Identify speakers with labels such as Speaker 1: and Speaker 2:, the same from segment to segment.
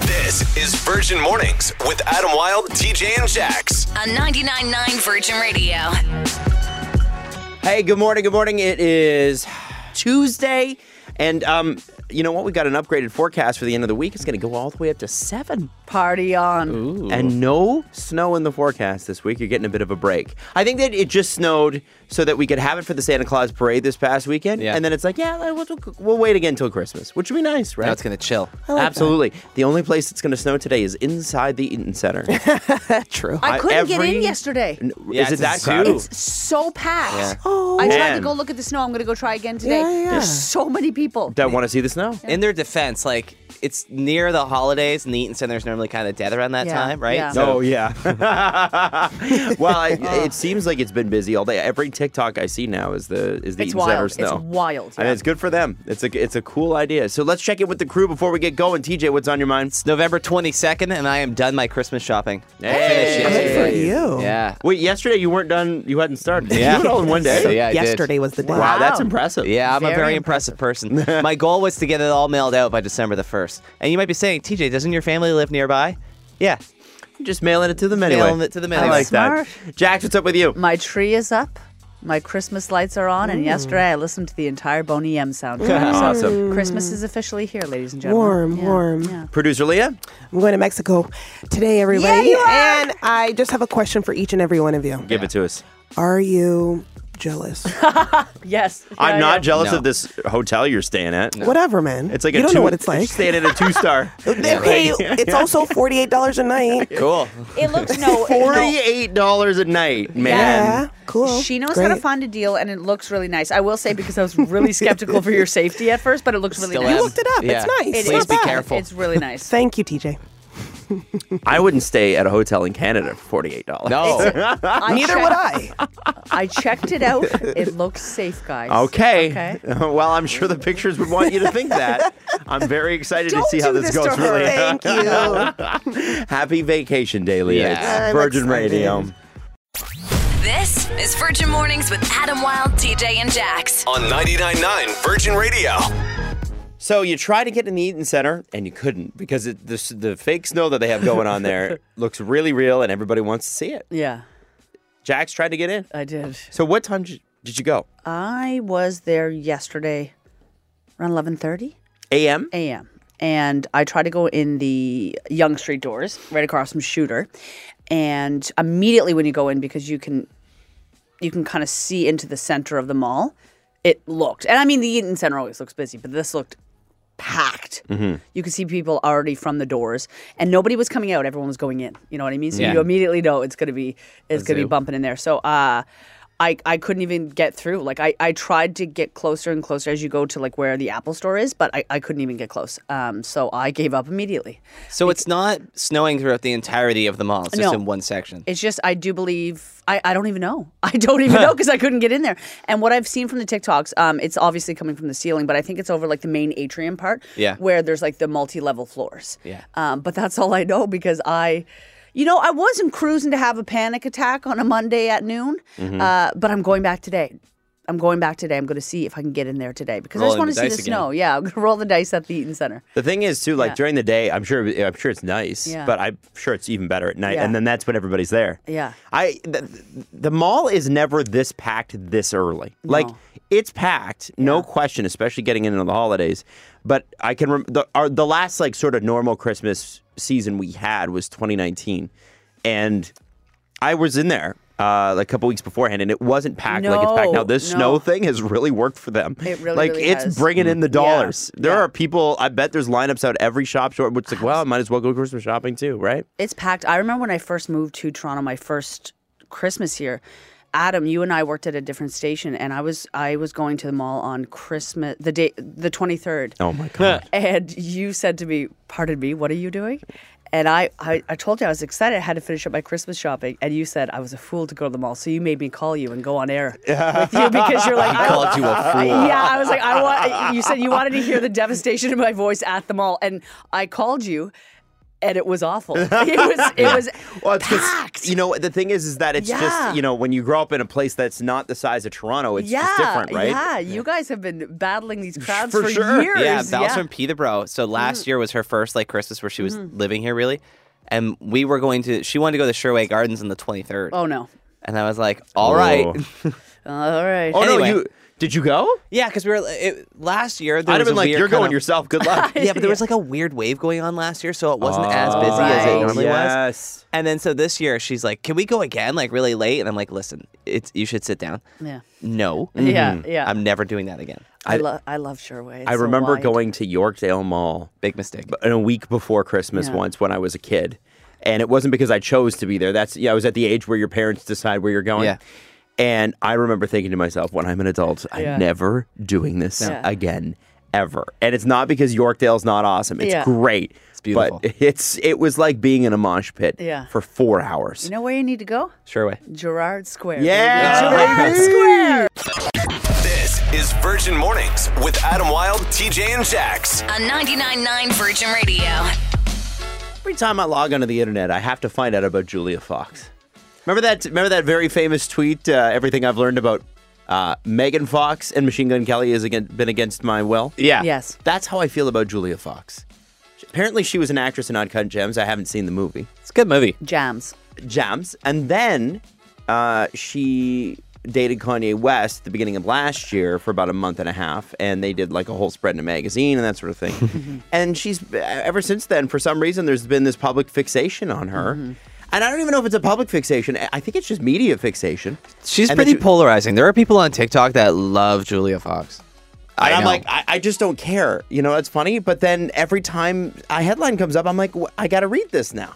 Speaker 1: This is Virgin Mornings with Adam Wilde, TJ, and Jax.
Speaker 2: on 99.9 Virgin Radio.
Speaker 3: Hey, good morning. Good morning. It is Tuesday, and um, you know what? We've got an upgraded forecast for the end of the week. It's going to go all the way up to seven,
Speaker 4: Party on.
Speaker 3: and no snow in the forecast this week. You're getting a bit of a break. I think that it just snowed so that we could have it for the Santa Claus parade this past weekend,
Speaker 5: Yeah.
Speaker 3: and then it's like, yeah, we'll, we'll- we'll wait again until Christmas, which would be nice, right?
Speaker 5: Now it's gonna chill.
Speaker 3: Absolutely. The only place it's going to snow today is inside the Eaton Center.
Speaker 5: True.
Speaker 4: I couldn't get
Speaker 3: every-
Speaker 4: in yesterday.
Speaker 3: N-
Speaker 5: Yeah,
Speaker 3: is it
Speaker 5: it's
Speaker 3: that
Speaker 5: a zoo.
Speaker 3: crowded?
Speaker 5: It's-
Speaker 4: So packed.
Speaker 5: Yeah.
Speaker 4: Oh, I tried to
Speaker 3: man.
Speaker 4: go look at the snow. I'm going to go try again today.
Speaker 5: Yeah, yeah.
Speaker 4: There's so many people.
Speaker 3: Don't want to see the snow.
Speaker 5: In their defense, like it's near the holidays, and the Eaton Center's normally kind of dead around that
Speaker 4: Yeah,
Speaker 5: time, right?
Speaker 4: yeah.
Speaker 3: Oh yeah. well, I, it seems like it's been busy all day. Every TikTok I see now is the is the
Speaker 4: It's
Speaker 3: Eaton Center
Speaker 4: wild.
Speaker 3: snow.
Speaker 4: It's wild.
Speaker 3: And
Speaker 4: yeah.
Speaker 3: it's good for them. It's a it's a cool idea. So let's check in with the crew before we get going. TJ, what's on your mind?
Speaker 5: It's November 22nd, and I am done my Christmas shopping.
Speaker 3: Hey.
Speaker 5: Finished
Speaker 3: Good for
Speaker 5: yesterday. Yeah.
Speaker 3: Wait, yesterday you weren't done. You hadn't started. You
Speaker 5: Yeah.
Speaker 3: did it all in one day.
Speaker 5: So, yeah, I did.
Speaker 6: yesterday was the day.
Speaker 3: Wow, that's
Speaker 4: Wow.
Speaker 3: impressive.
Speaker 5: Yeah, I'm a
Speaker 4: Very
Speaker 5: very impressive, person. My goal was to get it all mailed out by December the 1st. And you might be saying, TJ, doesn't your family live nearby? Yeah.
Speaker 3: just mailing it to them anyway.
Speaker 5: Mailing it to them
Speaker 3: I
Speaker 5: anyway.
Speaker 3: like that. Jax, what's up with you?
Speaker 4: My tree is up. My Christmas lights are on. And yesterday I listened to the entire Boney M soundtrack.
Speaker 3: Awesome.
Speaker 4: So Christmas is officially here, ladies and gentlemen.
Speaker 6: Warm,
Speaker 4: Yeah,
Speaker 6: warm.
Speaker 4: yeah.
Speaker 3: Producer Leah.
Speaker 6: I'm going to Mexico today, everybody. And I just have a question for each and every one of you.
Speaker 3: Give it to us.
Speaker 6: Are you jealous?
Speaker 4: Yes.
Speaker 3: I'm
Speaker 4: Yeah,
Speaker 3: not
Speaker 4: yeah.
Speaker 3: jealous
Speaker 5: No.
Speaker 3: of this hotel you're staying at.
Speaker 6: Whatever, man.
Speaker 3: It's like
Speaker 6: you
Speaker 3: a
Speaker 6: don't
Speaker 3: two,
Speaker 6: know what it's like.
Speaker 3: Staying at a two star.
Speaker 6: Okay, it's also forty-eight dollars a night.
Speaker 5: Cool.
Speaker 4: It looks no.
Speaker 3: Forty-eight dollars a night, man.
Speaker 6: Yeah, cool.
Speaker 4: She knows how to
Speaker 6: Great.
Speaker 4: find a deal, and it looks really nice. I will say because I was really skeptical for your safety at first, but it looks really
Speaker 5: Still
Speaker 4: nice.
Speaker 5: am.
Speaker 6: looked it up. It's nice.
Speaker 4: It
Speaker 6: It's
Speaker 5: Please
Speaker 4: is.
Speaker 5: be
Speaker 6: bad.
Speaker 5: careful.
Speaker 4: It's really nice.
Speaker 6: Thank you, TJ.
Speaker 3: I wouldn't stay at a hotel in Canada for forty-eight dollars.
Speaker 5: No.
Speaker 4: I
Speaker 6: Neither
Speaker 4: checked-
Speaker 6: would I.
Speaker 4: I checked it out. It looks safe, guys.
Speaker 3: Okay.
Speaker 4: Okay.
Speaker 3: well, I'm sure the pictures would want you to think that. I'm very excited to
Speaker 4: Don't
Speaker 3: see how
Speaker 4: do
Speaker 3: this,
Speaker 4: this to
Speaker 3: goes.
Speaker 4: her.
Speaker 3: Really,
Speaker 6: Thank you.
Speaker 3: happy vacation day, Leah.
Speaker 5: Yeah.
Speaker 3: It's
Speaker 6: I'm
Speaker 3: Virgin
Speaker 6: excited.
Speaker 3: Radio.
Speaker 2: This is Virgin Mornings with Adam Wilde, TJ, and Jax.
Speaker 1: On 99.9 Virgin Radio.
Speaker 3: So you try to get in the Eaton Center and you couldn't because it, the, s- the fake snow that they have going on there looks really real and everybody wants to see it.
Speaker 4: Yeah,
Speaker 3: Jax tried to get in.
Speaker 4: I did.
Speaker 3: So what time did you, did you go?
Speaker 4: I was there yesterday around eleven thirty
Speaker 3: A.M.
Speaker 4: a.m. and I tried to go in the Young Street doors right across from Shooter, and immediately when you go in because you can, you can kind of see into the center of the mall. It looked, and I mean the Eaton Center always looks busy, but this looked packed. You could see people already from the doors, and nobody was coming out. Everyone was going in. You know what I mean? So
Speaker 5: Yeah.
Speaker 4: you immediately know it's gonna be it's gonna be
Speaker 5: zoo.
Speaker 4: bumping in there. So uh, I I couldn't even get through. Like I I tried to get closer and closer as you go to like where the Apple Store is, but I I couldn't even get close. Um, so I gave up immediately.
Speaker 5: so it's not snowing throughout the entirety of the mall. It's just
Speaker 4: No.
Speaker 5: in one section.
Speaker 4: It's just I do believe I, I don't even know. I don't even know because I couldn't get in there. And what I've seen from the TikToks, um, it's obviously coming from the ceiling, but I think it's over like the main atrium part.
Speaker 5: Yeah.
Speaker 4: Where there's like the multi level floors.
Speaker 5: Yeah.
Speaker 4: Um, but that's all I know because I you know, I wasn't cruising to have a panic attack on a Monday at noon.
Speaker 5: Mm-hmm.
Speaker 4: Uh, but I'm going back today. I'm going back today. I'm going to see if I can get in there today because I
Speaker 5: Rolling
Speaker 4: just want
Speaker 5: the
Speaker 4: to see
Speaker 5: dice
Speaker 4: the
Speaker 5: again.
Speaker 4: snow. Yeah, I'm going to roll the dice at the Eaton Center.
Speaker 3: The thing is too, like
Speaker 4: Yeah.
Speaker 3: during the day, I'm sure I'm sure it's nice,
Speaker 4: Yeah.
Speaker 3: but I'm sure it's even better at night.
Speaker 4: Yeah.
Speaker 3: And then that's when everybody's there.
Speaker 4: Yeah.
Speaker 3: I the, the mall is never this packed this early. Like it's packed, no question, especially getting into the holidays. But I can rem- the our, the last like sort of normal Christmas season we had was 2019, and I was in there. Uh, a couple weeks beforehand, and it wasn't packed like it's packed now.
Speaker 4: No,
Speaker 3: This
Speaker 4: no.
Speaker 3: snow thing has really worked for them.
Speaker 4: It really,
Speaker 3: like
Speaker 4: really
Speaker 3: it's
Speaker 4: has.
Speaker 3: bringing in the dollars. There
Speaker 4: yeah.
Speaker 3: are people. I bet there's lineups out every shop store. Which is like, well, I might as well go Christmas shopping too, right?
Speaker 4: It's packed. I remember when I first moved to Toronto, my first Christmas here. Adam, you and I worked at a different station, and I was I was going to the mall on Christmas the day the twenty third,
Speaker 3: Oh my god.
Speaker 4: and you said to me, "Pardon me, what are you doing?" And I, I I told you I was excited. I had to finish up my Christmas shopping, and you said I was a fool to go to the mall, so you made me call you and go on air with you because you're like I
Speaker 5: Called you a fool.
Speaker 4: yeah, I was like, I want. You said you wanted to hear the devastation in my voice at the mall, and I called you, and it was awful. It was it was
Speaker 3: Well, it's 'cause,
Speaker 4: packed.
Speaker 3: you know what the thing is is that it's
Speaker 4: Yeah.
Speaker 3: just you know when you grow up in a place that's not the size of Toronto, it's
Speaker 4: yeah,
Speaker 3: just different, right?
Speaker 4: Yeah, you guys have been battling these crowds
Speaker 3: for
Speaker 4: for,
Speaker 3: sure.
Speaker 4: years.
Speaker 5: Yeah, Val's from Peterborough. So
Speaker 4: Mm.
Speaker 5: last year was her first like Christmas where she was
Speaker 4: Mm-hmm.
Speaker 5: living here really. And we were going to she wanted to go to Sherway Gardens on the 23rd.
Speaker 4: Oh no.
Speaker 5: And I was like, "All right."
Speaker 3: Oh.
Speaker 4: All right.
Speaker 3: Oh
Speaker 5: Anyway.
Speaker 3: no, you did you go?
Speaker 5: Yeah, cuz we were it, last year there
Speaker 3: I'd have
Speaker 5: was
Speaker 3: been
Speaker 5: a
Speaker 3: like,
Speaker 5: weird
Speaker 3: you're
Speaker 5: kind
Speaker 3: going
Speaker 5: of-
Speaker 3: yourself. Good luck.
Speaker 5: Yeah, but there was like a weird wave going on last year, so it wasn't as busy as
Speaker 4: Right.
Speaker 5: it normally was.
Speaker 3: Oh, yes.
Speaker 5: And then so this year she's like, "Can we go again like really late?" And I'm like, "Listen, it's you should sit down."
Speaker 4: Yeah.
Speaker 5: No.
Speaker 4: Yeah,
Speaker 3: Mm-hmm.
Speaker 4: yeah.
Speaker 5: I'm never doing that again.
Speaker 4: I, love I love Sherway. It's
Speaker 3: I
Speaker 4: so
Speaker 3: remember
Speaker 4: wide.
Speaker 3: going to Yorkdale Mall
Speaker 5: Big mistake.
Speaker 3: b- a week before Christmas
Speaker 4: Yeah.
Speaker 3: once when I was a kid, and it wasn't because I chose to be there. That's yeah, I was at the age where your parents decide where you're going.
Speaker 5: Yeah.
Speaker 3: And I remember thinking to myself, when I'm an adult, I'm
Speaker 4: Yeah.
Speaker 3: never doing this
Speaker 4: Yeah.
Speaker 3: again, ever. And it's not because Yorkdale's not awesome. It's
Speaker 4: Yeah.
Speaker 3: great. It's
Speaker 5: beautiful.
Speaker 3: But it's it was like being in a mosh pit
Speaker 4: Yeah.
Speaker 3: for four hours.
Speaker 4: You know where you need to go?
Speaker 5: Sherway.
Speaker 4: Gerard Square.
Speaker 3: Yeah,
Speaker 4: Gerard
Speaker 3: baby.
Speaker 4: Square.
Speaker 1: This is Virgin Mornings with Adam Wilde, TJ, and Jax.
Speaker 2: on 99.9 Virgin Radio.
Speaker 3: Every time I log onto the internet, I have to find out about Julia Fox. Remember that? Remember that very famous tweet? Uh, Everything I've learned about uh, Megan Fox and Machine Gun Kelly has again, been against my will.
Speaker 5: Yeah.
Speaker 4: Yes.
Speaker 3: That's how I feel about Julia Fox. Apparently, she was an actress in Odd Cut Gems. I haven't seen the movie
Speaker 5: It's a good movie.
Speaker 4: Jams.
Speaker 3: Gems, and then uh, she dated Kanye West at the beginning of last year for about a month and a half, and they did like a whole spread in a magazine and that sort of thing. and she's uh, ever since then, for some reason, there's been this public fixation on her. And I don't even know if it's a public fixation. I I think it's just media fixation.
Speaker 5: She's
Speaker 3: And that
Speaker 5: pretty
Speaker 3: you-
Speaker 5: polarizing. There are people on TikTok that love Julia Fox. I
Speaker 3: And I'm
Speaker 5: know.
Speaker 3: like, I, I just don't care. You know, that's funny. But then every time a headline comes up, I'm like, "Wh- I got to read this now.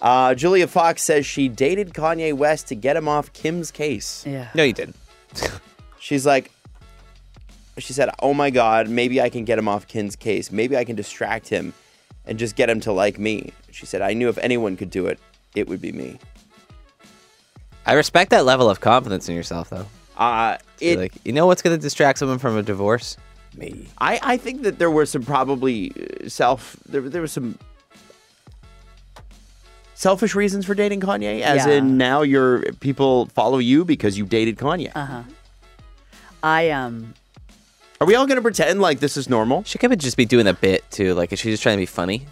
Speaker 3: Uh, Julia Fox says she dated Kanye West to get him off Kim's case.
Speaker 4: Yeah.
Speaker 5: No, you didn't.
Speaker 3: She's like, she said, Oh my God, maybe I can get him off Kim's case. Maybe I can distract him and just get him to like me. She said, I knew if anyone could do it, it would be me.
Speaker 5: I respect that level of confidence in yourself, though.
Speaker 3: Uh,
Speaker 5: You're
Speaker 3: it,
Speaker 5: like, you know what's going to distract someone from a divorce? Me.
Speaker 3: I, I think that there were some probably uh, self there there was some selfish reasons for dating Kanye as
Speaker 4: Yeah.
Speaker 3: in now your people follow you because you dated Kanye.
Speaker 4: I um
Speaker 3: Are we all going to pretend like this is normal?
Speaker 5: She could just be doing a bit too. Like, is she just trying to be funny?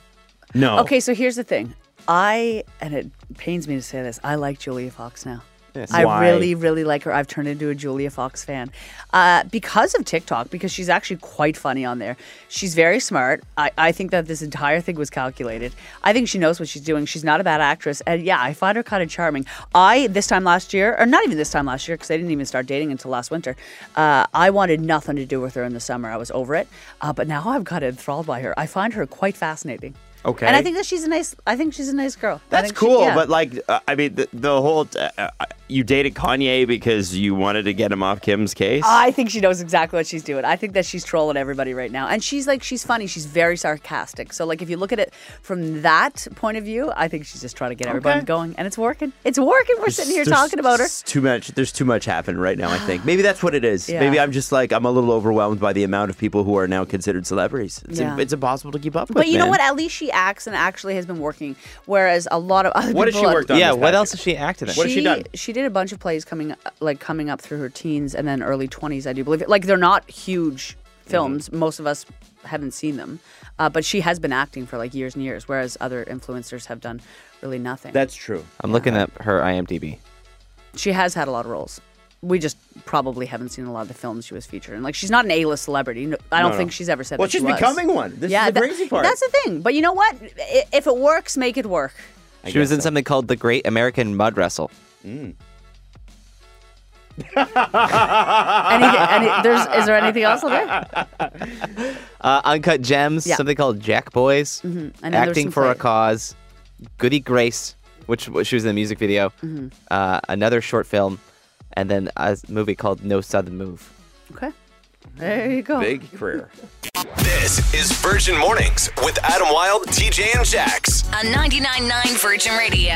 Speaker 3: No.
Speaker 4: Okay, so here's the thing. I and it pains me to say this. I like Julia Fox now.
Speaker 5: Yes.
Speaker 4: I
Speaker 3: Why?
Speaker 4: really, really like her. I've turned into a Julia Fox fan uh, because of TikTok. Because she's actually quite funny on there. She's very smart. I, I think that this entire thing was calculated. I think she knows what she's doing. She's not a bad actress, and yeah, I find her kind of charming. I this time last year, or not even this time last year, because I didn't even start dating until last winter. Uh, I wanted nothing to do with her in the summer. I was over it. Uh, but now I've got enthralled by her. I find her quite fascinating.
Speaker 3: Okay.
Speaker 4: And I think that she's a nice. I think she's a nice girl. I
Speaker 3: That's
Speaker 4: think she-
Speaker 3: cool,
Speaker 4: yeah.
Speaker 3: but like, uh, I mean, the, the whole uh, uh, you dated Kanye because you wanted to get him off Kim's case.
Speaker 4: I think she knows exactly what she's doing. I think that she's trolling everybody right now. And she's like, she's funny. She's very sarcastic. So, like, if you look at it from that point of view, I think she's just trying to get everybody
Speaker 3: Okay.
Speaker 4: going. And it's working. It's working. We're sitting here
Speaker 3: There's-
Speaker 4: talking about her.
Speaker 3: there's Too much. There's too much happening right now. I think maybe that's what it is.
Speaker 4: Yeah.
Speaker 3: Maybe I'm just like I'm a little overwhelmed by the amount of people who are now considered celebrities. It's,
Speaker 4: Yeah.
Speaker 3: it's impossible to keep up with.
Speaker 4: But you know
Speaker 3: man.
Speaker 4: what? At least she acts and actually has been working, whereas a lot of other
Speaker 3: What has
Speaker 4: people.
Speaker 3: she worked on?
Speaker 5: yeah.
Speaker 3: this
Speaker 5: What
Speaker 3: past
Speaker 5: else
Speaker 3: year?
Speaker 5: has she acted in?
Speaker 3: What has she done?
Speaker 4: She did a bunch of plays coming like coming up through her teens and then early twenties. I do believe like they're not huge films.
Speaker 3: Mm-hmm.
Speaker 4: Most of us haven't seen them, uh, but she has been acting for like years and years, whereas other influencers have done really nothing.
Speaker 3: That's true.
Speaker 5: I'm looking at her IMDb.
Speaker 4: she has had a lot of roles. We just probably haven't seen a lot of the films she was featured in. Like she's not an A-list celebrity. No, I don't
Speaker 3: No, no.
Speaker 4: think she's ever said.
Speaker 3: Well,
Speaker 4: that
Speaker 3: she's
Speaker 4: she was.
Speaker 3: becoming one. This is the
Speaker 4: that-
Speaker 3: crazy part.
Speaker 4: That's the thing. But you know what? I- If it works, make it work.
Speaker 5: she was
Speaker 3: guess
Speaker 5: in something called The Great American Mud Wrestle.
Speaker 4: Any, any, there's, is there anything else on there?
Speaker 5: Uh, Uncut Gems.
Speaker 4: Yeah.
Speaker 5: Something called Jack Boys.
Speaker 4: And then there was
Speaker 5: Acting
Speaker 4: some
Speaker 5: for a
Speaker 4: play-
Speaker 5: Cause. Goody Grace, which which she was in the music video. Uh, another short film, and then a movie called No Southern Move.
Speaker 4: Okay. There you go.
Speaker 3: Big career.
Speaker 1: This is Virgin Mornings with Adam Wilde, TJ, and Jax.
Speaker 2: On 99.9 Virgin Radio.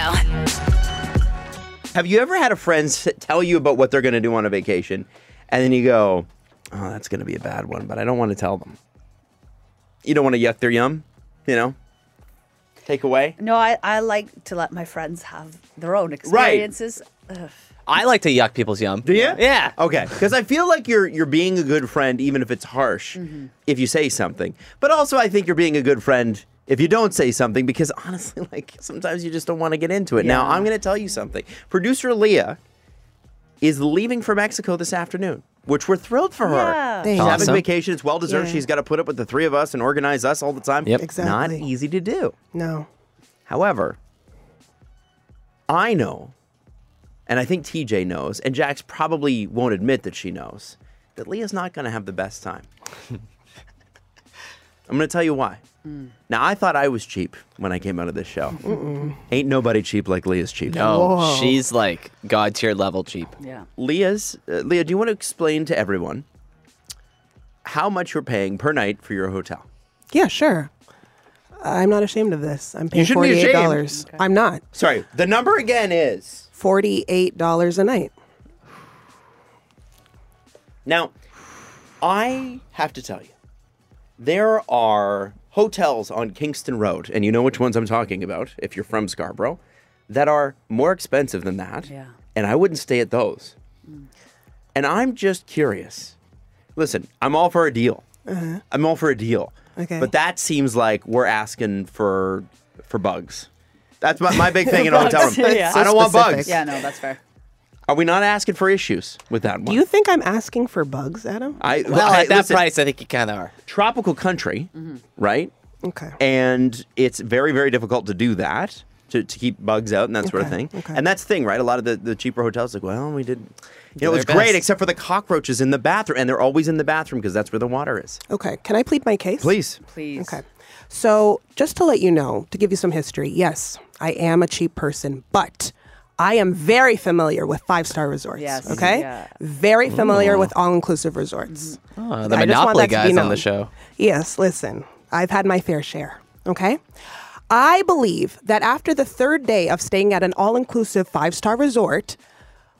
Speaker 3: Have you ever had a friend s- tell you about what they're going to do on a vacation, and then you go, "Oh, that's going to be a bad one," but I don't want to tell them. You don't want to yuck their yum, you know. take away?
Speaker 4: No, I, I like to let my friends have their own experiences. Ugh.
Speaker 5: I like to yuck people's yum. Do
Speaker 3: you?
Speaker 5: Yeah.
Speaker 3: Okay, because I feel like you're you're being a good friend, even if it's harsh, if you say something. But also, I think you're being a good friend if you don't say something, because honestly, like sometimes you just don't want to get into it. Now,
Speaker 4: Yeah.
Speaker 3: I'm going to tell you something. Producer Leah is leaving for Mexico this afternoon, which we're thrilled for
Speaker 4: Yeah.
Speaker 3: her. She's having
Speaker 5: Awesome.
Speaker 3: a vacation. It's well deserved.
Speaker 6: Yeah.
Speaker 3: She's got to put up with the three of us and organize us all the time.
Speaker 5: Yep.
Speaker 6: Exactly.
Speaker 3: Not easy to do.
Speaker 6: No.
Speaker 3: However, I know, and I think TJ knows, and Jax probably won't admit that she knows, that Leah's not going to have the best time. I'm going to tell you why. Now, I thought I was cheap when I came out of this show. Ain't nobody cheap like Leah's cheap.
Speaker 5: No,
Speaker 6: Whoa.
Speaker 5: she's like god tier level cheap.
Speaker 4: Yeah.
Speaker 3: Leah's, uh, Leah, do you want to explain to everyone how much you're paying per night for your hotel?
Speaker 6: Yeah, sure. I'm not ashamed of this. I'm paying
Speaker 3: shouldn't be
Speaker 6: forty-eight
Speaker 3: ashamed.
Speaker 6: dollars. I'm not.
Speaker 3: Sorry, the number again is.
Speaker 6: Forty-eight dollars a night.
Speaker 3: Now, I have to tell you, there are hotels on Kingston Road, and you know which ones I'm talking about if you're from Scarborough, that are more expensive than that.
Speaker 4: Yeah.
Speaker 3: And I wouldn't stay at those. And I'm just curious. Listen, I'm all for a deal. I'm all for a deal.
Speaker 6: Okay.
Speaker 3: But that seems like we're asking for for bugs. That's my, my big thing in a hotel room.
Speaker 4: Bugs, yeah.
Speaker 3: I don't want
Speaker 6: Specific.
Speaker 3: bugs.
Speaker 4: Yeah, no, that's fair.
Speaker 3: Are we not asking for issues with that one?
Speaker 6: Do you think I'm asking for bugs, Adam?
Speaker 3: I,
Speaker 5: Well,
Speaker 3: I-
Speaker 5: at that
Speaker 3: listen,
Speaker 5: price, I think you kind of are.
Speaker 3: tropical country, right?
Speaker 6: okay.
Speaker 3: And it's very, very difficult to do that, to, to keep bugs out and that sort of
Speaker 6: Okay,
Speaker 3: thing.
Speaker 6: okay.
Speaker 3: And that's the thing, right? A lot of the, the cheaper hotels, like, well, we did, you know, it
Speaker 5: their
Speaker 3: was great,
Speaker 5: best.
Speaker 3: except for the cockroaches in the bathroom. And they're always in the bathroom because that's where the water is.
Speaker 6: okay. Can I plead my case?
Speaker 3: Please.
Speaker 4: Please.
Speaker 6: Okay. So, just to let you know, to give you some history, yes, I am a cheap person, but I am very familiar with five star resorts.
Speaker 4: Yes,
Speaker 6: Okay.
Speaker 4: yeah.
Speaker 6: Very familiar with all inclusive resorts.
Speaker 5: Oh, the
Speaker 6: I just want
Speaker 5: Monopoly
Speaker 6: that to be
Speaker 5: guys on
Speaker 6: known.
Speaker 5: the show.
Speaker 6: Yes, listen, I've had my fair share. Okay. I believe that after the third day of staying at an all inclusive five star resort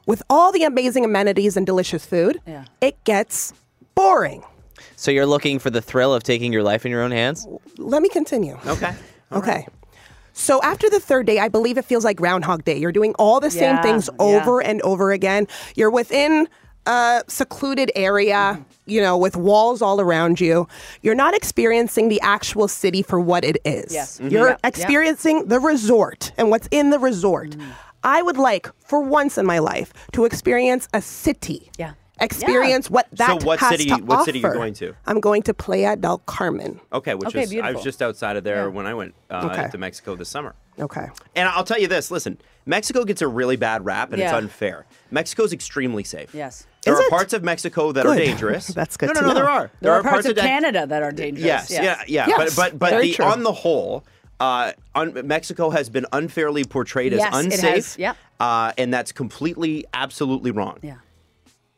Speaker 6: with all the amazing amenities and delicious food,
Speaker 4: Yeah.
Speaker 6: it gets boring.
Speaker 5: So you're looking for the thrill of taking your life in your own hands?
Speaker 6: Let me continue.
Speaker 3: Okay.
Speaker 6: Okay. So after the third day, I believe it feels like Groundhog Day. You're doing all the same
Speaker 4: Yeah,
Speaker 6: things
Speaker 4: yeah.
Speaker 6: over and over again. You're within a secluded area, you know, with walls all around you. You're not experiencing the actual city for what it is.
Speaker 4: Yes. Mhm.
Speaker 6: You're
Speaker 4: Yeah, yeah.
Speaker 6: experiencing the resort and what's in the resort.
Speaker 4: Mm.
Speaker 6: I would like, for once in my life, to experience a city.
Speaker 4: Yeah.
Speaker 6: Experience what that
Speaker 3: what
Speaker 6: has
Speaker 3: city-
Speaker 6: to
Speaker 3: what city you're
Speaker 6: offer.
Speaker 3: going to?
Speaker 6: I'm going to Playa del Carmen.
Speaker 3: Okay, which
Speaker 4: Okay,
Speaker 3: is, I was
Speaker 4: beautiful.
Speaker 3: just outside of there when I went uh,
Speaker 6: Okay.
Speaker 3: to Mexico this summer.
Speaker 6: Okay.
Speaker 3: And I'll tell you this listen, Mexico gets a really bad rap and it's
Speaker 4: Yeah.
Speaker 3: unfair. Mexico's extremely safe.
Speaker 4: Yes.
Speaker 3: There
Speaker 6: Is
Speaker 3: are
Speaker 6: it?
Speaker 3: parts of Mexico that are
Speaker 6: Good.
Speaker 3: dangerous.
Speaker 6: That's good
Speaker 3: No, no,
Speaker 6: to
Speaker 3: no,
Speaker 6: know.
Speaker 3: there are.
Speaker 4: There, are parts of
Speaker 3: that-
Speaker 4: Canada that are dangerous.
Speaker 3: Yes, yeah, yeah.
Speaker 6: Yes,
Speaker 3: But but but
Speaker 6: very
Speaker 3: the,
Speaker 6: true.
Speaker 3: on the whole, uh, un- Mexico has been unfairly portrayed as
Speaker 4: Yes, it
Speaker 3: unsafe.
Speaker 4: has. Yep.
Speaker 3: Uh, and that's completely, absolutely wrong.
Speaker 4: Yeah.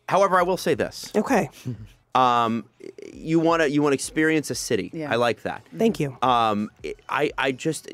Speaker 3: However, I will say this:
Speaker 6: Okay.
Speaker 3: you want to you want to experience a city.
Speaker 4: Yeah.
Speaker 3: I like that.
Speaker 6: Thank you.
Speaker 3: Um, it- I I just.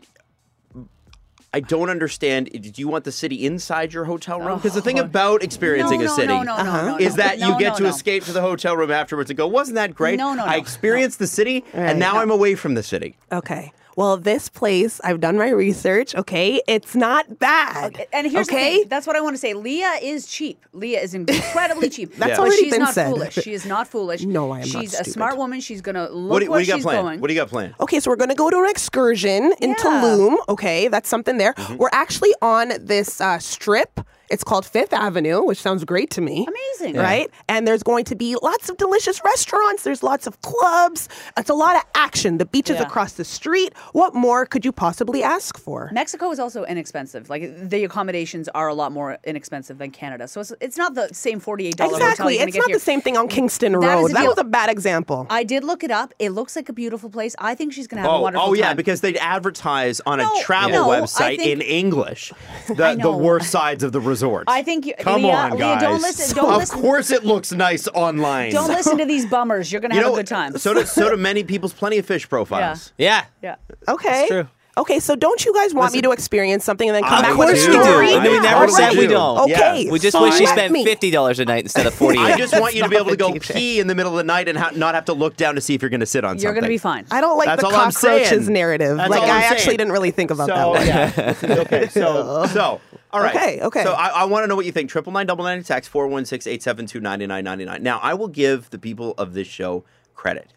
Speaker 3: I don't understand. Do you want the city inside your hotel room? Because the thing about experiencing
Speaker 4: Oh. no,
Speaker 3: a city
Speaker 4: No, no, no,
Speaker 6: Uh-huh.
Speaker 4: no, no,
Speaker 3: is that
Speaker 4: no,
Speaker 3: you get
Speaker 4: no,
Speaker 3: to
Speaker 4: no.
Speaker 3: escape to the hotel room afterwards and go, wasn't that great?
Speaker 4: No, no,
Speaker 3: I
Speaker 4: no,
Speaker 3: experienced the city
Speaker 6: Right.
Speaker 3: and now I'm away from the city.
Speaker 6: Okay. Well, this place, I've done my research. Okay, it's not bad.
Speaker 4: And here's
Speaker 6: okay.
Speaker 4: the thing. That's what I want to say. Leah is cheap. Leah is incredibly cheap. but
Speaker 6: That's already
Speaker 4: she's
Speaker 6: been
Speaker 4: not
Speaker 6: said.
Speaker 4: foolish. She is not foolish.
Speaker 6: No, I am not
Speaker 4: She's a
Speaker 6: stupid.
Speaker 4: smart woman. She's gonna
Speaker 3: What
Speaker 4: look
Speaker 3: do, you- what do
Speaker 4: where
Speaker 3: you got
Speaker 4: she's
Speaker 3: planned?
Speaker 4: going.
Speaker 3: What do you got planned?
Speaker 6: Okay, so we're going to go to an excursion in
Speaker 4: Yeah.
Speaker 6: Tulum. Okay, that's something there. We're actually on this uh, strip. It's called Fifth Avenue, which sounds great to me.
Speaker 4: Amazing. Yeah.
Speaker 6: Right? And there's going to be lots of delicious restaurants. There's lots of clubs. It's a lot of action. The beach is
Speaker 4: Yeah.
Speaker 6: across the street. What more could you possibly ask for?
Speaker 4: Mexico is also inexpensive. Like the accommodations are a lot more inexpensive than Canada. So it's, it's not the same forty-eight dollars.
Speaker 6: Exactly. It's not
Speaker 4: here.
Speaker 6: the same thing on Kingston
Speaker 4: That is
Speaker 6: Road.
Speaker 4: a
Speaker 6: That
Speaker 4: deal.
Speaker 6: was a bad example.
Speaker 4: I did look it up. It looks like a beautiful place. I think she's gonna have a
Speaker 3: Oh,
Speaker 4: wonderful
Speaker 3: oh yeah,
Speaker 4: time.
Speaker 3: because they'd advertise on
Speaker 4: No,
Speaker 3: a travel
Speaker 4: no, I
Speaker 3: website
Speaker 4: think-
Speaker 3: in English the, the
Speaker 4: know.
Speaker 3: worst sides of the resort.
Speaker 4: I think you-
Speaker 3: Come
Speaker 4: Leah-
Speaker 3: on,
Speaker 4: Leah,
Speaker 3: guys.
Speaker 4: don't listen- don't
Speaker 3: of
Speaker 4: listen-
Speaker 3: course it looks nice online.
Speaker 4: don't listen to these bummers. You're gonna
Speaker 3: You
Speaker 4: have
Speaker 3: know,
Speaker 4: a good time.
Speaker 3: So do, so do many people's plenty of fish profiles.
Speaker 5: Yeah.
Speaker 4: yeah.
Speaker 6: Okay.
Speaker 5: true.
Speaker 6: Okay, so don't you guys want me to experience something and then come back
Speaker 5: Of
Speaker 6: with a
Speaker 5: course we do.
Speaker 6: story?
Speaker 3: I
Speaker 5: We
Speaker 3: do.
Speaker 5: never
Speaker 3: I
Speaker 5: said we
Speaker 3: do.
Speaker 5: don't.
Speaker 6: Okay,
Speaker 5: We just
Speaker 6: so
Speaker 5: wish you
Speaker 6: let
Speaker 5: spent
Speaker 6: me.
Speaker 5: fifty dollars a night instead of forty.
Speaker 3: I just want you to be able to go
Speaker 6: That's not
Speaker 3: pee in the middle of the night and ha- not have to look down to see if you're going to sit on
Speaker 4: You're
Speaker 3: something.
Speaker 4: going to be fine.
Speaker 6: I don't like
Speaker 3: That's
Speaker 6: the
Speaker 3: all I'm saying.
Speaker 6: cockroaches narrative.
Speaker 3: That's
Speaker 6: like
Speaker 3: all I'm
Speaker 6: I actually
Speaker 3: saying.
Speaker 6: didn't really think about that.
Speaker 3: so,
Speaker 6: One.
Speaker 3: Yeah. okay, so so all right.
Speaker 6: Okay, okay.
Speaker 3: So I, I want to know what you think. Triple nine double nine text four one six eight seven two ninety nine ninety nine. Now I will give the people of this show credit.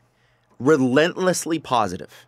Speaker 3: Relentlessly positive.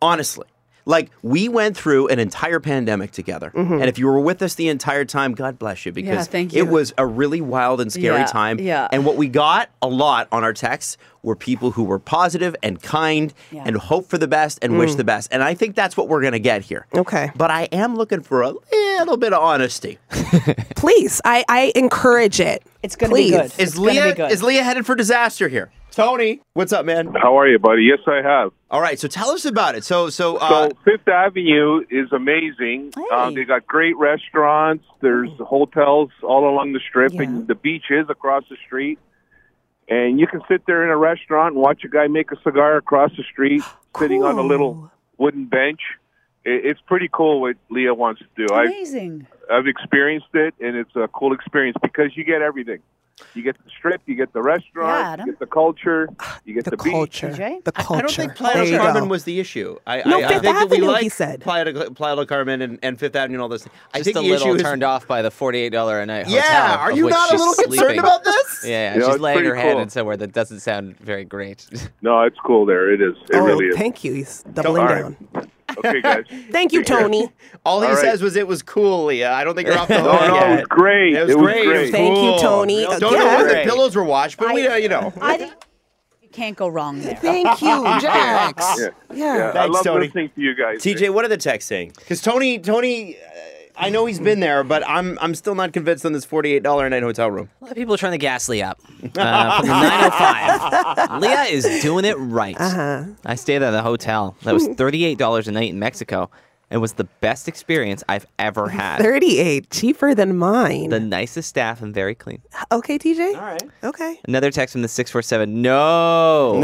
Speaker 3: Honestly. Like we went through an entire pandemic together, and if you were with us the entire time, God bless you because
Speaker 4: thank you.
Speaker 3: it was a really wild and scary
Speaker 4: Yeah,
Speaker 3: time.
Speaker 4: yeah.
Speaker 3: And what we got a lot on our texts were people who were positive and kind
Speaker 4: Yeah.
Speaker 3: and hope for the best and wish the best. And I think that's what we're going to get here.
Speaker 6: Mm. Okay.
Speaker 3: But I am looking for a little bit of honesty.
Speaker 6: Please, I, I encourage it.
Speaker 4: It's gonna be
Speaker 6: Please.
Speaker 4: good.
Speaker 3: Is
Speaker 4: It's gonna be
Speaker 3: Leah
Speaker 4: good.
Speaker 3: is Leah headed for disaster here? Tony, what's up, man?
Speaker 7: How are you, buddy? Yes, I have.
Speaker 3: All right, so tell us about it. So, so,
Speaker 7: So
Speaker 3: uh,
Speaker 7: Fifth Avenue is amazing. Um, they got great restaurants. There's hotels all along the strip, and the beach is across the street. And you can sit there in a restaurant and watch a guy make a cigar across the street, sitting on a little wooden bench. It, it's pretty cool what Leah wants to do. I've,
Speaker 4: Amazing.
Speaker 7: I've experienced it, and it's a cool experience because you get everything. You get the strip, you get the
Speaker 4: Yeah,
Speaker 7: restaurant,
Speaker 4: Adam.
Speaker 7: you get the culture, you get
Speaker 6: the,
Speaker 7: the, beach.
Speaker 6: culture.
Speaker 4: TJ?
Speaker 6: The
Speaker 3: I-
Speaker 6: culture.
Speaker 3: I don't think
Speaker 6: There
Speaker 3: Playa
Speaker 6: you
Speaker 3: del Carmen
Speaker 6: go.
Speaker 3: was the issue. I,
Speaker 6: No,
Speaker 3: I, I
Speaker 6: Fifth
Speaker 3: think that we
Speaker 6: Avenue, he
Speaker 3: like
Speaker 6: said.
Speaker 3: Playa del, Playa del Carmen and, and Fifth Avenue and all this. I
Speaker 5: Just
Speaker 3: think
Speaker 5: a
Speaker 3: the issue
Speaker 5: little
Speaker 3: is
Speaker 5: turned off by the forty-eight dollar a night. Hotel
Speaker 3: Yeah, are
Speaker 5: of
Speaker 3: you
Speaker 5: which
Speaker 3: not a
Speaker 5: she's
Speaker 3: little concerned
Speaker 5: sleeping.
Speaker 3: about this?
Speaker 5: Yeah,
Speaker 7: Yeah,
Speaker 5: she's
Speaker 7: it's
Speaker 5: laying her
Speaker 7: pretty
Speaker 5: head
Speaker 7: cool.
Speaker 5: in somewhere that doesn't sound very great.
Speaker 7: No, it's cool there. It is. It
Speaker 6: oh,
Speaker 7: really is.
Speaker 6: thank you. He's doubling
Speaker 7: All right.
Speaker 6: down.
Speaker 7: Okay, guys.
Speaker 6: Thank you,
Speaker 7: Take care.
Speaker 6: Tony.
Speaker 3: All he
Speaker 7: All right.
Speaker 3: says was it was cool, Leah. I don't think you're off the hook.
Speaker 7: No, no,
Speaker 3: yet.
Speaker 7: it was great.
Speaker 3: It was, great. It was
Speaker 6: Thank you,
Speaker 3: cool.
Speaker 6: Tony.
Speaker 3: Don't
Speaker 6: Again.
Speaker 3: know where the
Speaker 5: Great.
Speaker 3: pillows were washed, but we,
Speaker 4: I-
Speaker 3: uh, you know.
Speaker 4: I think you can't go wrong there.
Speaker 6: Thank you, Jax.
Speaker 7: Yeah.
Speaker 6: Yeah.
Speaker 7: I
Speaker 3: Thanks,
Speaker 7: love
Speaker 3: Tony.
Speaker 7: listening to you guys.
Speaker 3: TJ, what are the texts saying? Because Tony, Tony, uh, I know he's been there, but I'm I'm still not convinced on this forty-eight dollar a night hotel room.
Speaker 8: A lot of people are trying to gas Leah up uh, from the 905. Leah is doing it right.
Speaker 5: I stayed at a hotel that was thirty-eight dollars a night in Mexico, and was the best experience I've ever had.
Speaker 6: 38, cheaper than mine.
Speaker 5: The nicest staff and very clean.
Speaker 6: okay, TJ? All right. Okay.
Speaker 5: Another text from the 647. No.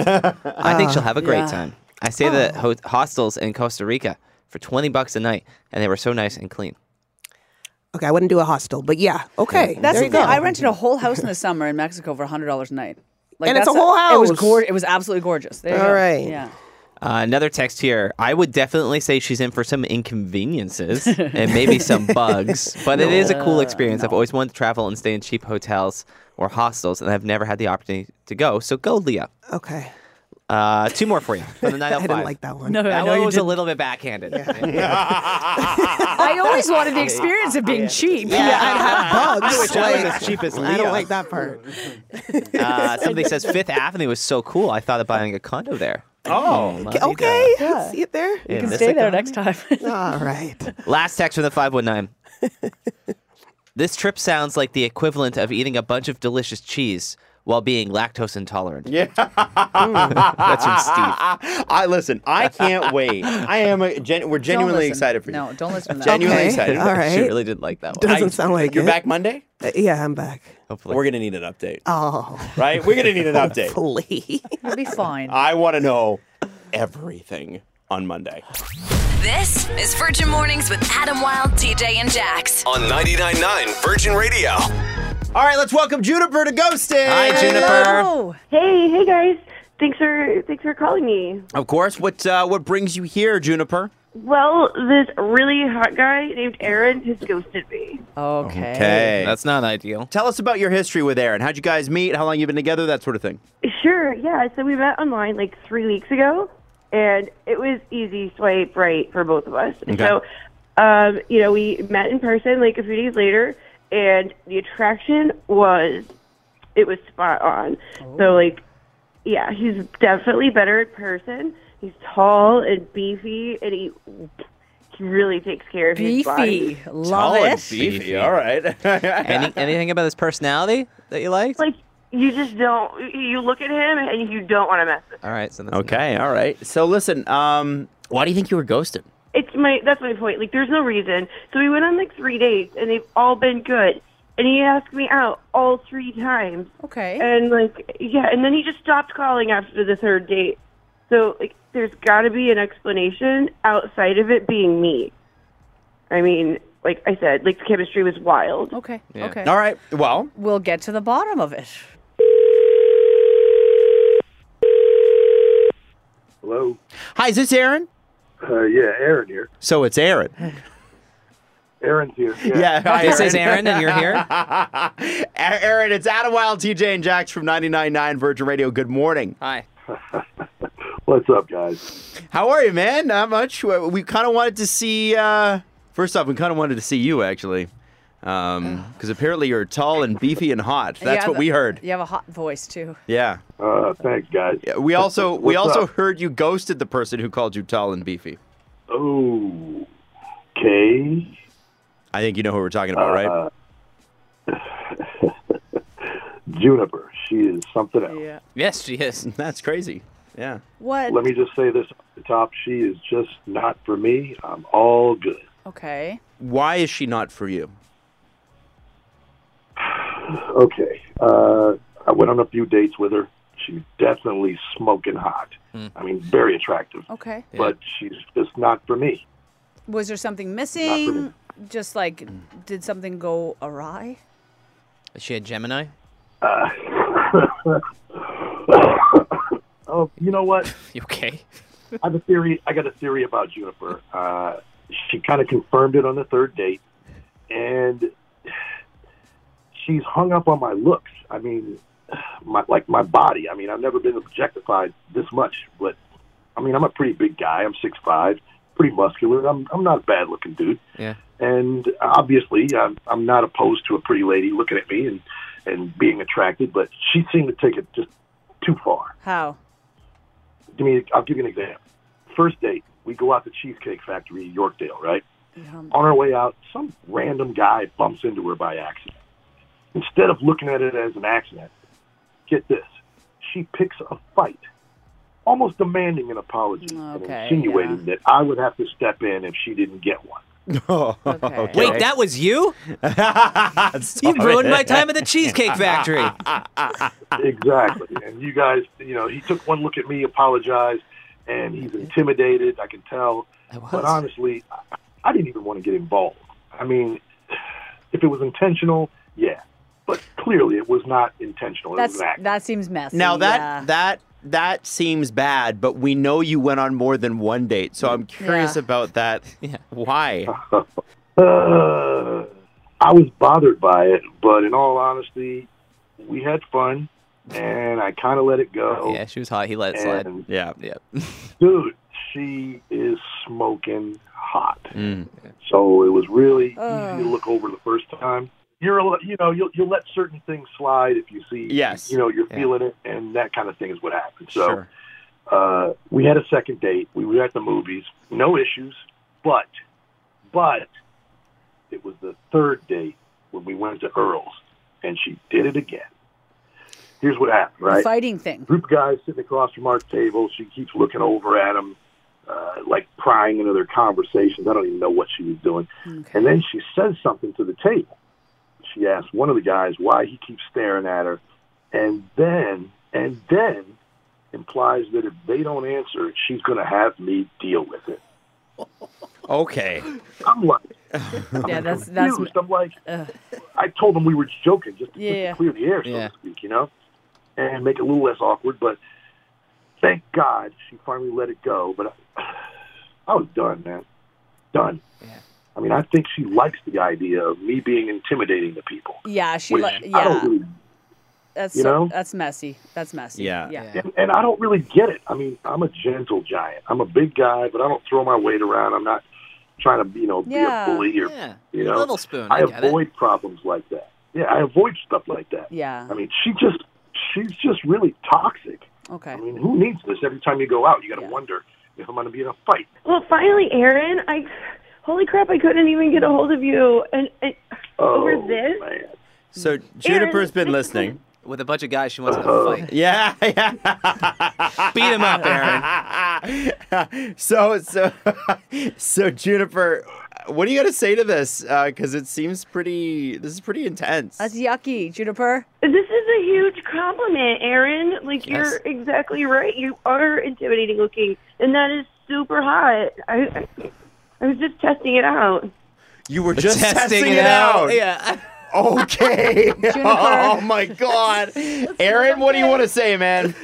Speaker 5: I think she'll have a great
Speaker 4: Yeah.
Speaker 5: time. I stayed at ho- hostels in Costa Rica for 20 bucks a night, and they were so nice and clean.
Speaker 6: Okay, I wouldn't do a hostel, but yeah. Okay.
Speaker 4: That's
Speaker 6: there
Speaker 4: the
Speaker 6: you go.
Speaker 4: thing. I rented a whole house in the summer in Mexico for hundred dollars a night. Like
Speaker 6: And it's
Speaker 4: that's
Speaker 6: a whole
Speaker 4: It was
Speaker 6: house.
Speaker 4: gorgeous. It was absolutely gorgeous. There you
Speaker 6: All
Speaker 4: go.
Speaker 6: right.
Speaker 4: Yeah.
Speaker 5: Uh, another text here. I would definitely say she's in for some inconveniences and maybe some bugs, but it is a cool experience. I've always wanted to travel and stay in cheap hotels or hostels, and I've never had the opportunity to go. So go, Leah.
Speaker 6: Okay.
Speaker 5: Uh, two more for you from the
Speaker 6: I
Speaker 5: 905.
Speaker 6: didn't like that one.
Speaker 4: No,
Speaker 5: That
Speaker 4: I know
Speaker 5: one
Speaker 4: you
Speaker 5: was
Speaker 4: did.
Speaker 5: a little bit backhanded.
Speaker 4: I always wanted the experience of being cheap.
Speaker 6: Yeah, I'd have bugs.
Speaker 5: I was
Speaker 6: like,
Speaker 5: as cheap as
Speaker 6: I
Speaker 5: Leah.
Speaker 6: Oh, don't like that part.
Speaker 5: Uh, somebody says Fifth Avenue is so cool. I thought of buying a condo there.
Speaker 3: Oh,
Speaker 6: Okay. See it there?
Speaker 5: You
Speaker 4: can stay there next time.
Speaker 6: All right.
Speaker 5: Last text from the 519. this trip sounds like the equivalent of eating a bunch of delicious cheese while being lactose intolerant. Yeah. Hmm. That's from Steve.
Speaker 3: Oh, I listen. I can't wait. I am. A, gen, we're
Speaker 4: Don't
Speaker 3: genuinely
Speaker 4: listen.
Speaker 3: excited for you.
Speaker 4: No, don't listen to that.
Speaker 3: Genuinely
Speaker 6: Okay.
Speaker 3: excited.
Speaker 6: All right.
Speaker 5: She really didn't like that one.
Speaker 6: Doesn't sound like
Speaker 3: You're
Speaker 6: it.
Speaker 3: back Monday.
Speaker 6: Uh, Yeah, I'm back.
Speaker 5: Hopefully.
Speaker 3: We're gonna need an update,
Speaker 6: Oh,
Speaker 3: right? We're gonna need an update.
Speaker 6: please.
Speaker 4: You'll be fine.
Speaker 3: I want to know everything on Monday.
Speaker 2: This is Virgin Mornings with Adam Wilde, TJ, and Jax.
Speaker 1: On 99.9 Virgin Radio.
Speaker 3: All right, let's welcome Juniper to Ghosted.
Speaker 5: Hi, Juniper.
Speaker 4: Oh,
Speaker 9: Hey, hey guys. Thanks for thanks for calling me.
Speaker 3: Of course. What uh, what brings you here, Juniper?
Speaker 9: Well, this really hot guy named Aaron has ghosted me.
Speaker 4: okay.
Speaker 5: That's not ideal.
Speaker 3: Tell us about your history with Aaron. How'd you guys meet? How long you been together? That sort of thing.
Speaker 9: Sure, yeah. So we met online like three weeks ago, and it was easy swipe right for both of us. And
Speaker 3: Okay.
Speaker 9: So, um, you know, we met in person like a few days later, and the attraction was it was spot on. So like, yeah, he's definitely better in person. He's tall and beefy, and he he really takes care of his body.
Speaker 4: Beefy. Love it.
Speaker 5: Beefy.
Speaker 3: All right.
Speaker 5: Any, anything about his personality that you liked?
Speaker 9: Like you just don't. You look at him, and you don't want to mess with
Speaker 5: All right. So that's
Speaker 3: okay. All right. So listen. Um, why do you think you were ghosted?
Speaker 9: it's my that's my point. Like there's no reason. So we went on like three dates and they've all been good. And he asked me out all three times.
Speaker 4: Okay.
Speaker 9: And like yeah, and then he just stopped calling after the third date. So like, there's got to be an explanation outside of it being me. I mean, like I said, like the chemistry was wild.
Speaker 4: Okay. Okay.
Speaker 3: All right. Well,
Speaker 4: We'll get to the bottom of it.
Speaker 7: Hello.
Speaker 3: hi, is this Aaron?
Speaker 7: Uh, yeah, Aaron here.
Speaker 3: So it's Aaron.
Speaker 7: Aaron's here.
Speaker 3: Yeah, hi,
Speaker 5: This
Speaker 3: Aaron.
Speaker 5: is Aaron, and you're here.
Speaker 3: A- Aaron, it's Adam Wild, TJ, and Jax from 99.9 Virgin Radio. Good morning.
Speaker 5: Hi.
Speaker 7: What's up, guys?
Speaker 3: How are you, man? Not much. We- We kind of wanted to see. Uh, first off, we kind of wanted to see you actually, because apparently you're tall and beefy and hot. That's
Speaker 4: Yeah,
Speaker 3: what
Speaker 4: the-
Speaker 3: we heard.
Speaker 4: You have a hot voice too.
Speaker 3: Yeah.
Speaker 7: Uh, thanks, guys.
Speaker 3: We also we
Speaker 7: What's
Speaker 3: also
Speaker 7: up?
Speaker 3: heard you ghosted the person who called you tall and beefy.
Speaker 7: Oh, okay.
Speaker 3: I think you know who we're talking
Speaker 7: Uh,
Speaker 3: about, right?
Speaker 7: Juniper, she is something else.
Speaker 4: Yeah.
Speaker 5: Yes, she is.
Speaker 3: That's crazy. Yeah.
Speaker 4: What?
Speaker 7: Let me just say this off the top. She is just not for me. I'm all good.
Speaker 4: Okay.
Speaker 3: Why is she not for you?
Speaker 7: Okay. Uh, I went on a few dates with her. She's definitely smoking hot.
Speaker 3: Hmm.
Speaker 7: I mean, very attractive.
Speaker 4: Okay.
Speaker 7: But she's just not for me.
Speaker 4: Was there something missing? Just like, did something go awry?
Speaker 5: Is she a Gemini?
Speaker 7: Oh, you know what?
Speaker 5: You okay?
Speaker 7: I have a theory. I got a theory about Juniper. Uh, she kind of confirmed it on the third date, and she's hung up on my looks. I mean, my like my body. I mean, I've never been objectified this much. But I mean, I'm a pretty big guy. I'm six five, pretty muscular. I'm I'm not a bad looking dude.
Speaker 5: Yeah.
Speaker 7: And obviously, I'm I'm not opposed to a pretty lady looking at me and and being attracted. But she seemed to take it just too far
Speaker 4: How?
Speaker 7: give me I'll give you an example. First date, we go out to Cheesecake Factory, Yorkdale, right? On our way out, some random guy bumps into her by accident. Instead of looking at it as an accident, get this. She picks a fight, almost demanding an apology
Speaker 4: Okay,
Speaker 7: and insinuating that I would have to step in if she didn't get one.
Speaker 3: Oh.
Speaker 4: Okay.
Speaker 5: Wait, that was you? You ruined my time at the Cheesecake Factory.
Speaker 7: exactly. And you guys, you know, he took one look at me, apologized, and he's intimidated. I can tell. But honestly, I, I didn't even want to get involved. I mean, if it was intentional, yeah. But clearly, it was not intentional. it
Speaker 4: That's
Speaker 7: was an accident.
Speaker 4: that seems messy.
Speaker 3: Now that
Speaker 4: yeah.
Speaker 3: that that seems bad, but we know you went on more than one date, so I'm curious
Speaker 4: Yeah.
Speaker 3: about that. Yeah. Why?
Speaker 7: Uh, I was bothered by it, but in all honesty, we had fun, and I kind of let it go.
Speaker 5: Yeah, she was hot. He let it slide.
Speaker 7: and
Speaker 3: Yeah.
Speaker 5: Yeah.
Speaker 7: dude, she is smoking hot.
Speaker 3: Mm.
Speaker 7: So it was really easy to look over the first time. You're, a li- you know, you'll, you'll let certain things slide if you see,
Speaker 3: Yes.
Speaker 7: you know, you're feeling it, and that kind of thing is what happened. So
Speaker 3: Sure.
Speaker 7: uh, we had a second date. We were at the movies, no issues, but, but it was the third date when we went to Earl's, and she did it again. Here's what happened,
Speaker 4: The
Speaker 7: right?
Speaker 4: fighting thing.
Speaker 7: group of guys sitting across from our table. She keeps looking over at them, uh, like prying into their conversations. I don't even know what she was doing. And then she says something to the table. She asks one of the guys why he keeps staring at her, and then and then implies that if they don't answer, she's going to have me deal with it.
Speaker 3: Okay.
Speaker 7: I'm like,
Speaker 4: Yeah, that's that's
Speaker 7: confused. I'm like, I told them we were joking just to, just to
Speaker 4: Yeah.
Speaker 7: clear the air, so
Speaker 5: Yeah.
Speaker 7: to speak, you know, and make it a little less awkward. But thank God she finally let it go. But I, I was done, man, done. I mean, I think she likes the idea of me being intimidating to people.
Speaker 4: yeah. She
Speaker 7: which
Speaker 4: li-
Speaker 7: I don't
Speaker 4: yeah.
Speaker 7: really,
Speaker 4: That's
Speaker 7: you
Speaker 4: so,
Speaker 7: know?
Speaker 4: that's messy. That's messy.
Speaker 3: Yeah.
Speaker 4: Yeah.
Speaker 7: and, and I don't really get it. I mean, I'm a gentle giant. I'm a big guy, but I don't throw my weight around. I'm not trying to, you know,
Speaker 4: Yeah.
Speaker 7: be a bully or
Speaker 5: Yeah.
Speaker 7: you know,
Speaker 5: Little spoon.
Speaker 7: I,
Speaker 5: I get it.
Speaker 7: avoid problems like that. Yeah, I avoid stuff like that.
Speaker 4: Yeah.
Speaker 7: I mean, she just she's just really toxic.
Speaker 4: Okay.
Speaker 7: I mean, who needs this? Every time you go out, you got to
Speaker 4: Yeah.
Speaker 7: wonder if I'm going to be in a fight.
Speaker 9: Well, finally, Aaron, I holy crap, I couldn't even get a hold of you, and, and
Speaker 7: Oh,
Speaker 9: over this.
Speaker 7: man.
Speaker 3: So Juniper's been
Speaker 9: this
Speaker 3: listening.
Speaker 5: With a bunch of guys, she wants to fight.
Speaker 3: Yeah, yeah.
Speaker 5: Beat him up, Aaron.
Speaker 3: so so so Juniper, what do you got to Uh, say to this? Because it seems pretty. This is pretty intense. Oh,
Speaker 4: That's yucky, Juniper.
Speaker 9: This is is a huge compliment, Aaron. Like you're exactly right. You are intimidating looking, and that is super hot. I, I, I was just testing it out.
Speaker 3: You were just
Speaker 5: Testing
Speaker 3: testing
Speaker 5: it
Speaker 3: it out.
Speaker 5: Yeah.
Speaker 3: Okay. oh my God, Aaron, what do you want to say, man?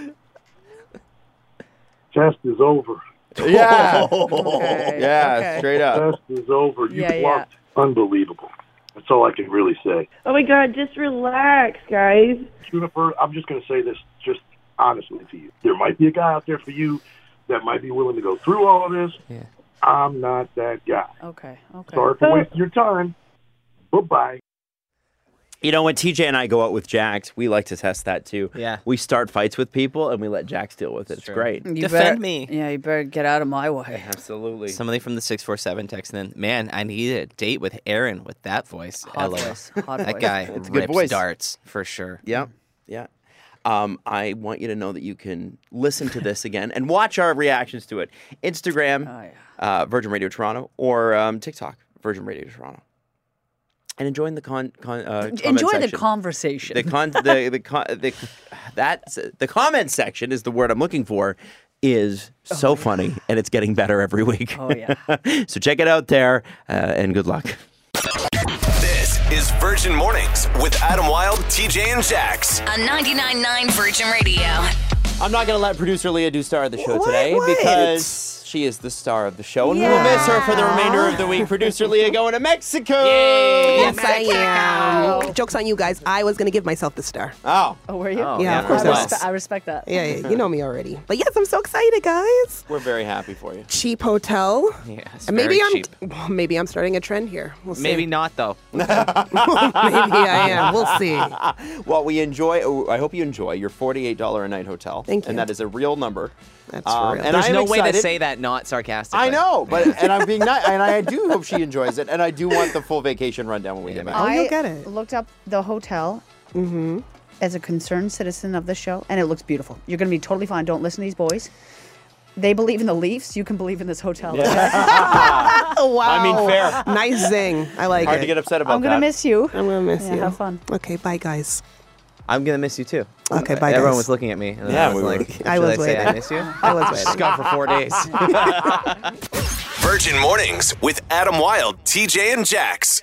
Speaker 7: Test is over.
Speaker 3: Yeah,
Speaker 4: Okay,
Speaker 3: yeah,
Speaker 4: okay.
Speaker 3: straight up.
Speaker 7: Test is over. You
Speaker 4: Yeah, yeah.
Speaker 7: plucked. Unbelievable. That's all I can really say.
Speaker 9: Oh my god, just relax, guys.
Speaker 7: Juniper, I'm just going to say this just honestly to you. There might be a guy out there for you that might be willing to go through all of this.
Speaker 5: Yeah.
Speaker 7: I'm not that guy.
Speaker 4: Okay. Okay.
Speaker 7: Sorry for wasting your time. Bye bye.
Speaker 3: You know, when TJ and I go out with Jax, we like to test that too.
Speaker 5: Yeah.
Speaker 3: we start fights with people and we let Jax deal with it. It's
Speaker 5: true.
Speaker 3: great.
Speaker 4: You
Speaker 5: Defend
Speaker 4: better-
Speaker 5: me.
Speaker 4: Yeah, you better get out of my way.
Speaker 3: Absolutely.
Speaker 5: Somebody from the 647 texting in, man, I need a date with Aaron with that voice.
Speaker 4: Hot
Speaker 5: LOL."
Speaker 4: voice. Hot
Speaker 5: That
Speaker 4: voice.
Speaker 5: guy
Speaker 3: a good
Speaker 5: rips
Speaker 3: voice.
Speaker 5: darts for sure.
Speaker 3: Yeah. Yeah. Um, I want you to know that you can listen to this again and watch our reactions to it. Instagram,
Speaker 4: Oh,
Speaker 3: uh, Virgin Radio Toronto, or um, TikTok, Virgin Radio Toronto. And enjoying the con, con uh, comment
Speaker 4: Enjoy the
Speaker 3: section.
Speaker 4: conversation.
Speaker 3: The con, the the con, the that's the comment section is the word I'm looking for. Is
Speaker 6: Oh,
Speaker 3: so funny and it's getting better every week.
Speaker 4: Oh, yeah.
Speaker 3: so check it out there uh, and good luck.
Speaker 1: This is Virgin Mornings with Adam Wilde, TJ, and Jax.
Speaker 2: on 99.9 Virgin Radio.
Speaker 3: I'm not going to let producer Leah do star of the show
Speaker 6: What?
Speaker 3: today
Speaker 6: What?
Speaker 3: because she is the star of the show, and we will miss her for the remainder of the week. Producer Leah going to Mexico.
Speaker 6: Yes, I am. Joke's on you guys. I was going to give myself the star.
Speaker 3: Oh,
Speaker 4: oh, were you?
Speaker 6: yeah, of course
Speaker 4: I,
Speaker 6: I
Speaker 5: Wow.
Speaker 6: was.
Speaker 4: respe- I respect that.
Speaker 6: Yeah, yeah, you know me already. But yes, I'm so excited, guys.
Speaker 3: we're very happy for you.
Speaker 6: Cheap hotel.
Speaker 5: Yes,
Speaker 6: And maybe
Speaker 5: very
Speaker 6: I'm
Speaker 5: cheap.
Speaker 6: well, maybe I'm starting a trend here. We'll see.
Speaker 5: Maybe not though.
Speaker 6: maybe I am. We'll see.
Speaker 3: Well, we enjoy. oh, I hope you enjoy your forty-eight dollar a night hotel.
Speaker 6: Thank you.
Speaker 3: And that is a real number.
Speaker 6: That's
Speaker 3: Um,
Speaker 6: for real.
Speaker 3: and
Speaker 5: There's
Speaker 3: I am
Speaker 5: no way to
Speaker 3: excited.
Speaker 5: say that not sarcastically.
Speaker 3: I know, but and I'm being nice, and I do hope she enjoys it, and I do want the full vacation rundown when we get back.
Speaker 6: Oh, you'll
Speaker 4: I
Speaker 6: get it. Mm-hmm.
Speaker 4: looked up the hotel as a concerned citizen of the show, and it looks beautiful. You're going to be totally fine. Don't listen to these boys. They believe in the Leafs. You can believe in this hotel.
Speaker 6: Oh, wow.
Speaker 3: I mean, fair.
Speaker 6: Nice zing. I like
Speaker 3: Hard
Speaker 6: it.
Speaker 3: to get upset about
Speaker 4: I'm going to
Speaker 3: that.
Speaker 4: miss you.
Speaker 6: I'm gonna miss
Speaker 4: Yeah,
Speaker 6: you.
Speaker 4: have fun.
Speaker 6: Okay, bye, guys.
Speaker 5: I'm gonna miss you too.
Speaker 6: Okay, bye,
Speaker 5: Everyone
Speaker 6: guys.
Speaker 5: was looking at me. And
Speaker 3: Yeah,
Speaker 5: I was
Speaker 3: we were.
Speaker 5: like,
Speaker 6: I
Speaker 5: should
Speaker 6: was
Speaker 5: I say I
Speaker 6: waiting.
Speaker 5: miss you?
Speaker 6: I was waiting.
Speaker 5: Just gone for four days.
Speaker 1: Virgin Mornings with Adam Wilde, TJ, and Jax.